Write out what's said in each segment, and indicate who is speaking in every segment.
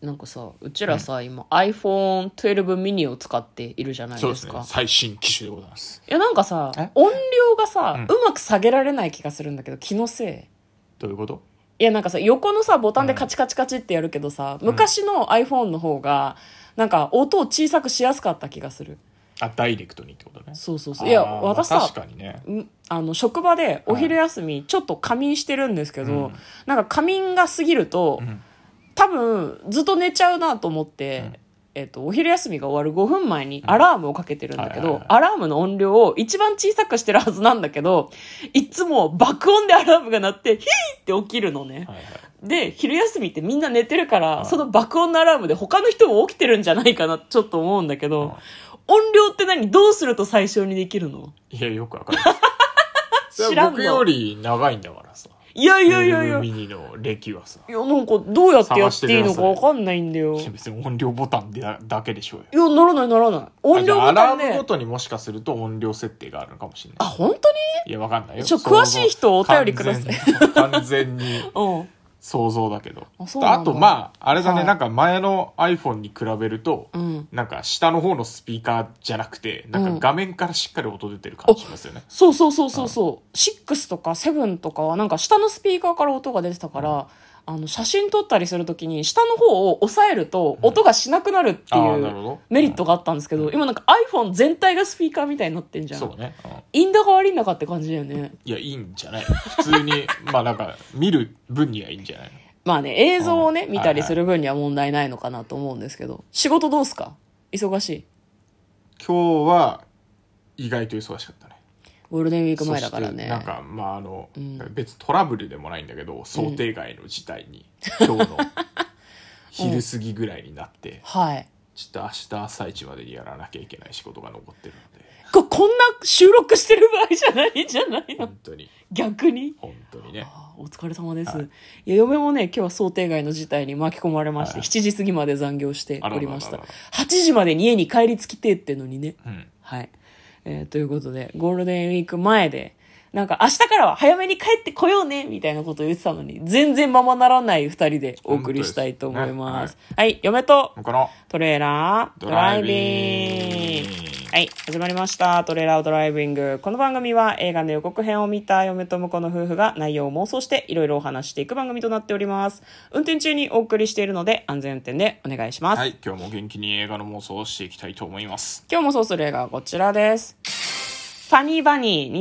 Speaker 1: なんかさうちらさ、今 iPhone12 mini を使っているじゃない
Speaker 2: そう
Speaker 1: で
Speaker 2: です
Speaker 1: す
Speaker 2: ね
Speaker 1: か
Speaker 2: 最新機種でございます
Speaker 1: いやなんかさ
Speaker 2: え
Speaker 1: 音量がさ、
Speaker 2: う
Speaker 1: うまく下げられない気がするんだけど気のせい
Speaker 2: どういうこと
Speaker 1: いやなんかさ横のさボタンでカチカチカチってやるけどさ、昔の iPhone の方がなんか音を小さくしやすかった気がする
Speaker 2: あダイレクトにってことね
Speaker 1: そうそうそういや
Speaker 2: あー
Speaker 1: 私さ
Speaker 2: 確かにね
Speaker 1: んあの職場でお昼休みちょっと仮眠してるんですけど、
Speaker 2: うん
Speaker 1: なんか仮眠が過ぎると、
Speaker 2: ん
Speaker 1: 多分ずっと寝ちゃうなと思って、えっとお昼休みが終わる5分前にアラームをかけてるんだけ
Speaker 2: はいはい
Speaker 1: ど
Speaker 2: はい
Speaker 1: アラームの音量を一番小さくしてるはずなんだけどいつも爆音でアラームが鳴ってヒーって起きるのね
Speaker 2: はいはい
Speaker 1: で昼休みってみんな寝てるから、
Speaker 2: はい
Speaker 1: その爆音のアラームで他の人も起きてるんじゃないかなちょっと思うんだけど、
Speaker 2: はい
Speaker 1: 音量って何どうすると最小にできるの
Speaker 2: いやよくわかんないそ
Speaker 1: 知
Speaker 2: れ
Speaker 1: ら
Speaker 2: は
Speaker 1: んの
Speaker 2: 僕より長いんだからさ
Speaker 1: いやいやいやいや
Speaker 2: ミニの歴はさ
Speaker 1: いや、なんか、どうやってやっていいのかわかんないんだよ。
Speaker 2: いや
Speaker 1: い
Speaker 2: 別に音量ボタンでだだけでしょうよ
Speaker 1: や、ならないならない。音量
Speaker 2: あ
Speaker 1: ボ
Speaker 2: じゃ
Speaker 1: タン
Speaker 2: あアラーム
Speaker 1: ね
Speaker 2: ご。とにもしかすると音量設定があるのかもしれ
Speaker 1: あ、
Speaker 2: ない
Speaker 1: 本
Speaker 2: いやわかんないよ
Speaker 1: ちょ詳しい人お便りください
Speaker 2: い完全に
Speaker 1: 当にうん。
Speaker 2: 想像だけど
Speaker 1: あそうなんだ
Speaker 2: あとまああれだね、
Speaker 1: はい
Speaker 2: なんか前の iPhone に比べると、
Speaker 1: うん
Speaker 2: なんか下の方のスピーカーじゃなくてなん
Speaker 1: う
Speaker 2: か
Speaker 1: ん
Speaker 2: 画面からしっかり音出てる感じしますよね、
Speaker 1: そうそうそうそうそう。6とか7とかは、なんか下のスピーカーから音が出てたから、あの、写真撮ったりするときに、下の方を押さえると、音がしなくなるって
Speaker 2: あ
Speaker 1: い
Speaker 2: ーなるほ
Speaker 1: う
Speaker 2: ど
Speaker 1: メリットがあったんですけど、
Speaker 2: うん
Speaker 1: 今なんか iPhone 全体がスピーカーみたいになってんじゃ。
Speaker 2: そうんね、うん
Speaker 1: いいんだか悪いんだかって感じだよね。
Speaker 2: いやいいんじゃない普通に まあなんか見る分にはいいんじゃないの
Speaker 1: まあね、映像をね、
Speaker 2: うん
Speaker 1: 見たりする分には問題ないのかなと思うんですけど。仕事どうすか忙しい。
Speaker 2: 今日は意外と忙しかったね
Speaker 1: ゴールデンウィーク前だから
Speaker 2: そし
Speaker 1: ね。
Speaker 2: てなんかまああの、
Speaker 1: うん
Speaker 2: 別にトラブルでもないんだけど想定外の事態 に、今日の昼過ぎぐらいになって、
Speaker 1: はい。
Speaker 2: ちょっと明日朝一までにやらなきゃいけない仕事が残ってるので
Speaker 1: こ、こんな収録してる場合じゃないんじゃないの
Speaker 2: 本当に
Speaker 1: 逆に。
Speaker 2: 本当にね
Speaker 1: あーお疲れ様です、、
Speaker 2: はい
Speaker 1: や嫁もね今日は想定外の事態に巻き込まれまして、
Speaker 2: はい
Speaker 1: 7時過ぎまで残業して
Speaker 2: あ
Speaker 1: お
Speaker 2: らら
Speaker 1: り
Speaker 2: らら
Speaker 1: ました8時までに家に帰りつきてえってのにね
Speaker 2: うん
Speaker 1: はい、えーということでゴールデンウィーク前でなんか明日からは早めに帰ってこようねみたいなことを言ってたのに全然ままならない2人でお送りしたいと思いますはい、嫁と
Speaker 2: この
Speaker 1: トレーラード
Speaker 2: ド
Speaker 1: ラ
Speaker 2: ラ
Speaker 1: イ
Speaker 2: イ
Speaker 1: ビ
Speaker 2: ビ
Speaker 1: ン
Speaker 2: ン
Speaker 1: グ
Speaker 2: グ
Speaker 1: はい始まりましたトレーラードライビングこの番組は映画の予告編を見た嫁と婿の夫婦が内容を妄想していろいろお話していく番組となっております運転中にお送りしているので安全運転でお願いします、
Speaker 2: はい今日も元気に映画の妄想をしていきたいと思います
Speaker 1: 今日もそうする映画はこちらですファニーバニー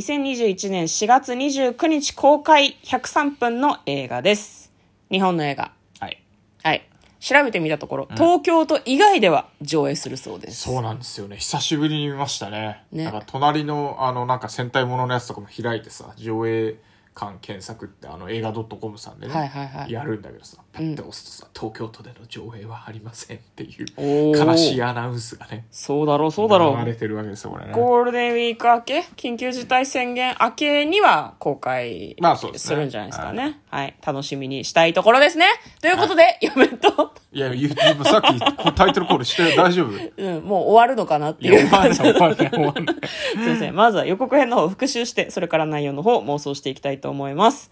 Speaker 1: 2021年4月29日公開103分の映画です日本の映画
Speaker 2: はい
Speaker 1: はい調べてみたところ、東京都以外では上映するそうです
Speaker 2: そうなんですよね久しぶりに見ましたね
Speaker 1: ね
Speaker 2: なんか隣のあのなんか戦隊もののやつとかも開いてさ上映館検索ってあの映画 .com さんでね、
Speaker 1: はいはいはい
Speaker 2: やるんだけどさパッて押すとさ、東京都での上映はありませんっていう
Speaker 1: おー
Speaker 2: 悲しいアナウンスがね
Speaker 1: そうだろう、そうだろ
Speaker 2: 流れ
Speaker 1: う。
Speaker 2: てるわけですよこれね
Speaker 1: ゴールデンウィーク明け、緊急事態宣言明けには公開
Speaker 2: まあそうです
Speaker 1: す
Speaker 2: ね
Speaker 1: るんじゃないですかね。はい、楽しみにしたいところですね。ということで、嫁と、
Speaker 2: いや YouTube さっきこうタイトルコールしてる大丈夫い
Speaker 1: うん、もう終わるのかなって
Speaker 2: や
Speaker 1: いう
Speaker 2: 終わ
Speaker 1: 感
Speaker 2: ん
Speaker 1: じ。
Speaker 2: ない終わんない終わんない
Speaker 1: すいません。まずは予告編の方を復習して、それから内容の方を妄想していきたいと思います。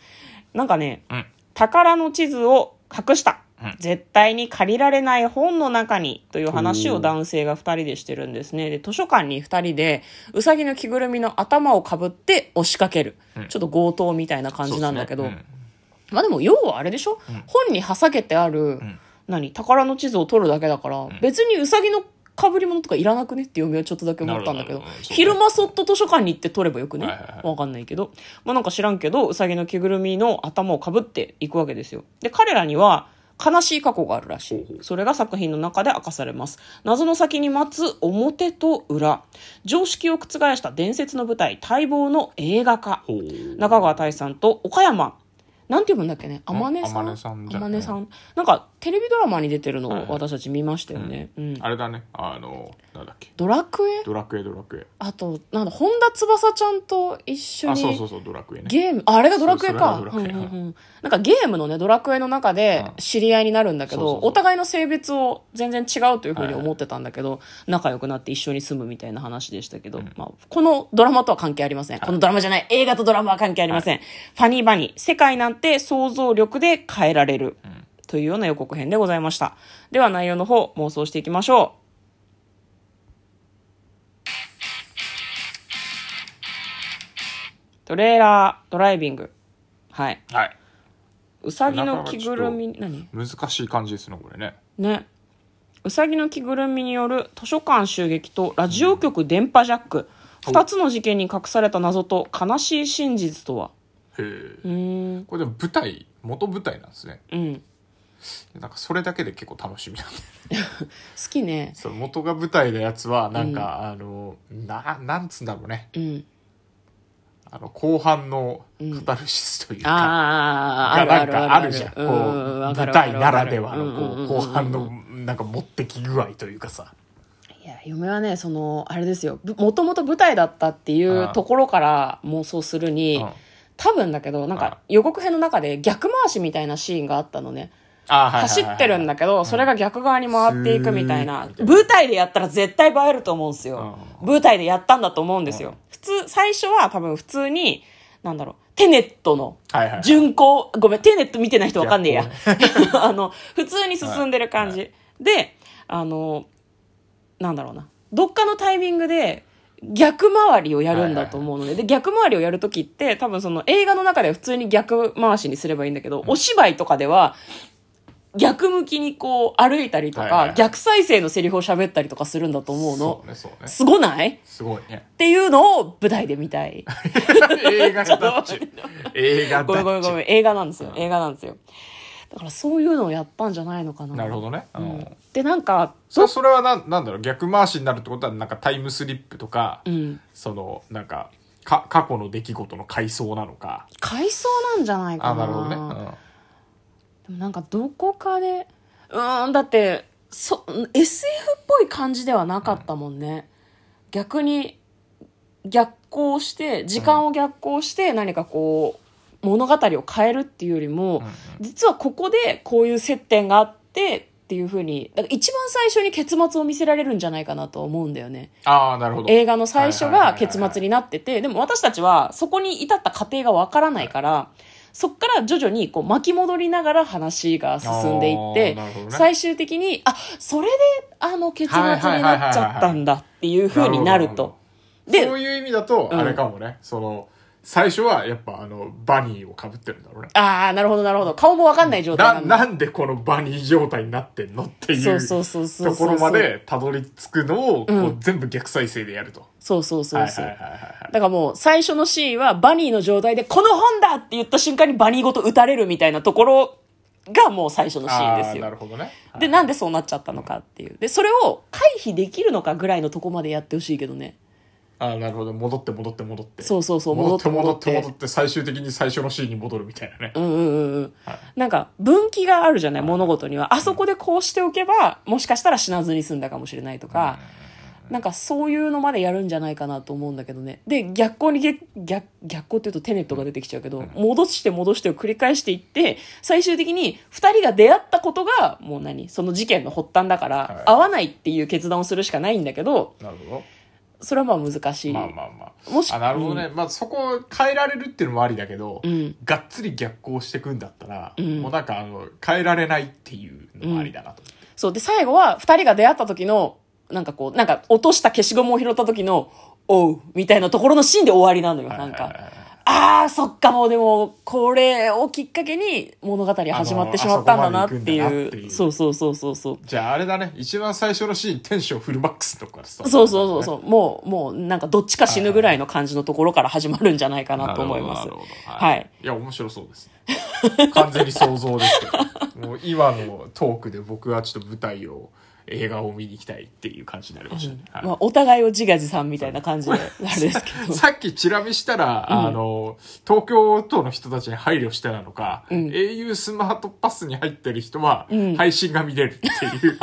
Speaker 1: なんかね、
Speaker 2: うん
Speaker 1: 宝の地図を隠した、
Speaker 2: うん
Speaker 1: 絶対に借りられない本の中にという話を男性が2人でしてるんですねで図書館に2人でうさぎの着ぐるみの頭をかぶって押しかける、
Speaker 2: うん
Speaker 1: ちょっと強盗みたいな感じなんだけど、
Speaker 2: そうですね
Speaker 1: まあでも要はあれでしょ、本に挟げてある、
Speaker 2: ん
Speaker 1: 何宝の地図を取るだけだから、別にうさぎの被り物とかいらなくねって嫁はちょっとだけ思ったんだけど
Speaker 2: なるほどなるほどそうね
Speaker 1: 昼間そっと図書館に行って取ればよくね、
Speaker 2: はいはいはい
Speaker 1: わかんないけど、まあ、なんか知らんけどうさぎの着ぐるみの頭をかぶっていくわけですよで彼らには悲しい過去があるらしいそれが作品の中で明かされます謎の先に待つ表と裏常識を覆した伝説の舞台待望の映画化
Speaker 2: うんほう
Speaker 1: 中川大志さんと岡山なんて読むんだっけね天音さん
Speaker 2: 天音さんじゃん
Speaker 1: 天音さんなんかテレビドラマに出てるの
Speaker 2: はいは
Speaker 1: を
Speaker 2: い
Speaker 1: 私たち見ましたよね、うん
Speaker 2: あれだねあのなんだっけ
Speaker 1: ドラクエ
Speaker 2: ドラクエドラクエ
Speaker 1: あとなんだ本田翼ちゃんと一緒
Speaker 2: あ
Speaker 1: に
Speaker 2: そうそうそうドラクエね
Speaker 1: ゲームああれがドラクエか
Speaker 2: そうそれがドラク
Speaker 1: う
Speaker 2: エ
Speaker 1: んうんうんなんかゲームのねドラクエの中で
Speaker 2: うん
Speaker 1: 知り合いになるんだけど、
Speaker 2: そうそうそう
Speaker 1: お互いの性別を全然違うというふうに思ってたんだけど、仲良くなって一緒に住むみたいな話でしたけど、まあ、このドラマとは関係ありません、このドラマじゃない映画とドラマは関係ありません、ファニーバニー世界なんて想像力で変えられる、というような予告編でございました。では内容の方、妄想していきましょう。トレーラードライビング。はい。
Speaker 2: はい。
Speaker 1: うさぎの着ぐるみ、何
Speaker 2: 難しい感じですね、これね。
Speaker 1: ね。うさぎの着ぐるみによる図書館襲撃とラジオ局電波ジャック。
Speaker 2: うん
Speaker 1: 二つの事件に隠された謎と悲しい真実とは。
Speaker 2: へえ。
Speaker 1: うーん。
Speaker 2: これでも舞台、元舞台なんですね。
Speaker 1: うん。好
Speaker 2: なんかそれだけで結構楽しみなんで。
Speaker 1: きね。
Speaker 2: そう、元が舞台のやつは、なんか、あの、な、なんつうんだろうね。
Speaker 1: うん。
Speaker 2: あの、後半のカタルシスというか。
Speaker 1: ああ、
Speaker 2: が
Speaker 1: ある
Speaker 2: な
Speaker 1: あ
Speaker 2: ん
Speaker 1: る
Speaker 2: か
Speaker 1: あ
Speaker 2: あ
Speaker 1: る
Speaker 2: るじゃん。こう、
Speaker 1: うんうんうんわか
Speaker 2: 舞
Speaker 1: るわか
Speaker 2: 台
Speaker 1: る
Speaker 2: ならで
Speaker 1: うん
Speaker 2: はの、
Speaker 1: うんうんう
Speaker 2: こ
Speaker 1: ん
Speaker 2: う、後半の、なんか持ってき具合というかさ。
Speaker 1: いや、嫁はね、その、あれですよ。もともと舞台だったっていうところから妄想するに、
Speaker 2: うん
Speaker 1: 多分だけど、なん
Speaker 2: うん
Speaker 1: か予告編の中で逆回しみたいなシーンがあったのね。
Speaker 2: あーはいはいは
Speaker 1: 走
Speaker 2: い
Speaker 1: ってるんだけど、それが逆側に回っていくみたいな
Speaker 2: スーッみ。たいな
Speaker 1: 舞台でやったら絶対映えると思うんですよ。舞台でやったんだと思うんです
Speaker 2: う
Speaker 1: よ。普通、最初は多分普通に、なんだろう、テネットの
Speaker 2: はいはいはい。
Speaker 1: 巡航、ごめん、テネット見てない人わかんねえ や。 あの、普通に進んでる感じ。
Speaker 2: は
Speaker 1: で、あの、なんだろうな。どっかのタイミングで、逆回りをやるんだと思うので、で、逆回りをやるときって、多分その映画の中では普通に逆回しにすればいいんだけど、お芝居とかでは、逆向きにこう歩いたりとか、
Speaker 2: はいはいはい
Speaker 1: 逆再生のセリフを喋ったりとかするんだと思うの
Speaker 2: そ。うね、そうね。
Speaker 1: すごないっ
Speaker 2: すごい ね。
Speaker 1: ていうのを舞台で見たい。
Speaker 2: 映画だっちゅう。 映画だ
Speaker 1: ご
Speaker 2: っちゅう。
Speaker 1: めんごめんごめん。映画なんですよ。
Speaker 2: うん
Speaker 1: 映画なんですよ。だからそういうのをやったんじゃないのかな。
Speaker 2: なるほどね。う
Speaker 1: うんん。で、なんか、
Speaker 2: そそれはなんなんだろう逆回しになるってことはなんかタイムスリップとか、
Speaker 1: うん。
Speaker 2: そのなんかか過去の出来事の回想なのか
Speaker 1: 回想なんじゃないかな。
Speaker 2: あなるほどね、うん
Speaker 1: でもなんかどこかで、うーん、だって、そ、SF っぽい感じではなかったもんね。逆に、逆行して、時間を逆行して何かこう、物語を変えるっていうよりも、
Speaker 2: うんうん
Speaker 1: 実はここでこういう接点があってっていうふうにだから一番最初に結末を見せられるんじゃないかなと思うんだよね
Speaker 2: ああなるほど
Speaker 1: 映画の最初
Speaker 2: はいはいはい
Speaker 1: が
Speaker 2: はい
Speaker 1: 結末になっててでも私たちはそこに至った過程がわからないから、そっから徐々にこう巻き戻りながら話が進んでいって、
Speaker 2: あーなるほどね
Speaker 1: 最終的にあそれであの結末になっちゃったんだっていうふうになると。
Speaker 2: な
Speaker 1: で
Speaker 2: るほどそういう意味だと
Speaker 1: うん
Speaker 2: あれかもね、その最初はやっぱあのバニーをかぶってるんだろうね
Speaker 1: ああなるほどなるほど顔もわかんない状態
Speaker 2: な
Speaker 1: なんだ
Speaker 2: なんでこのバニー状態になってんのってい
Speaker 1: そううそうそうそうそ
Speaker 2: と
Speaker 1: う
Speaker 2: ころまでたどり着くのをこう、
Speaker 1: うん
Speaker 2: 全部逆再生でやると
Speaker 1: そうそうそうそう、
Speaker 2: はいはいはいはいはい
Speaker 1: だからもう最初のシーンはバニーの状態で、この本だって言った瞬間にバニーごと撃たれるみたいなところがもう最初のシーンです
Speaker 2: あーな
Speaker 1: よ。
Speaker 2: るほどね
Speaker 1: で、なんでそうなっちゃったのかっていう。で、それを回避できるのかぐらいのとこまでやってほしいけどね。
Speaker 2: ああなるほど戻って戻って戻って
Speaker 1: そうそうそう
Speaker 2: 戻って戻
Speaker 1: 戻
Speaker 2: っ
Speaker 1: ってて
Speaker 2: 戻って最終的に最初のシーンに戻るみたいなね
Speaker 1: うんうんうんうん
Speaker 2: はい。
Speaker 1: なんか分岐があるじゃない、物事には。あそこでこうしておけば、もしかしたら死なずに済んだかもしれないとか、なんかそういうのまでやるんじゃないかなと思うんだけどね。で、逆光にげ逆、逆光っていうとテネットが出てきちゃうけど、戻して戻してを繰り返していって、最終的に二人が出会ったことが、もう何その事件の発端だから、
Speaker 2: はい
Speaker 1: 会わないっていう決断をするしかないんだけど、
Speaker 2: なるほ
Speaker 1: それはまあ難しい。
Speaker 2: どまあまあまあ
Speaker 1: もし
Speaker 2: あなるほどね、まあそこを変えられるっていうのもありだけど、
Speaker 1: うん
Speaker 2: がっつり逆行してくんだったら、
Speaker 1: うん
Speaker 2: もうなんかあの変えられないっていうのもありだなと、
Speaker 1: そう。で、最後は、二人が出会った時の、なんかこう、なんか落とした消しゴムを拾った時の、おう、みたいなところのシーンで終わりなのよ、
Speaker 2: はいは
Speaker 1: ないん
Speaker 2: はい
Speaker 1: か。あー、そっか、もうでも、これをきっかけに物語始まってしまったんだなって
Speaker 2: あのあそこまで行くんだなって
Speaker 1: い
Speaker 2: いう
Speaker 1: う。そうそうそうそうそう。
Speaker 2: じゃああれだね一番最初のシーンテンションフルマックスのとこからスタート
Speaker 1: そうそうそうそう。もう、もう、なんかどっちか死ぬぐらいの感じのところから始まるんじゃないかなと思います
Speaker 2: なる。ほどなるほど
Speaker 1: はい
Speaker 2: いや、面白そうですね。 完全に想像ですけど。もう今のトークで僕はちょっと舞台を、映画を見に行きたいっていう感じになりましたね。はい
Speaker 1: まあ、お互いを自画自賛みたいな感じで、あれですけど。
Speaker 2: さっきチラ見したら、
Speaker 1: うん
Speaker 2: あの、東京都の人たちに配慮してなのか、
Speaker 1: うん
Speaker 2: au スマートパスに入ってる人は
Speaker 1: うん、
Speaker 2: 配信が見れるって いう、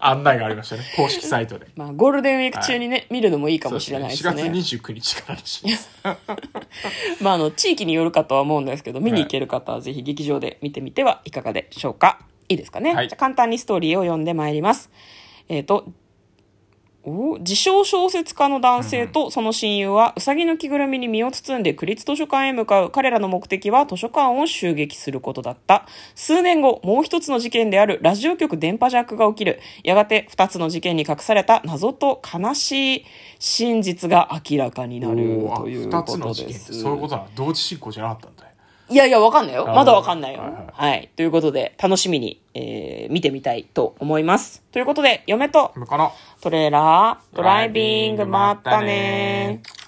Speaker 2: 案内がありましたね。公式サイトで。
Speaker 1: まあ、ゴールデンウィーク中にね、見るのもいいかもしれないですね。
Speaker 2: そう4月29日かららしいです。
Speaker 1: まあ、あの、地域によるかとは思うんですけど、見に行ける方はぜひ劇場で見てみてはいかがでしょうか。いいですかね。
Speaker 2: はい
Speaker 1: じゃあ簡単にストーリーを読んでまいります。えっ、と、お自称小説家の男性とその親友はうさぎの着ぐるみに身を包んで区立図書館へ向かう彼らの目的は図書館を襲撃することだった数年後もう一つの事件であるラジオ局電波ジャックが起きるやがて二つの事件に隠された謎と悲しい真実が明らかになる
Speaker 2: おーあ
Speaker 1: というこ
Speaker 2: 二つの
Speaker 1: と
Speaker 2: 事
Speaker 1: で
Speaker 2: 件って
Speaker 1: す
Speaker 2: そういうことなの同時進行じゃなかったんだよ
Speaker 1: いやいや、わかんないよ。
Speaker 2: あー
Speaker 1: まだわかんないよ。
Speaker 2: は
Speaker 1: はいい
Speaker 2: はい
Speaker 1: ということで、楽しみに、えー、見てみたいと思います。ということで、嫁と
Speaker 2: これから
Speaker 1: トレーラー、ドライビング、まったねー。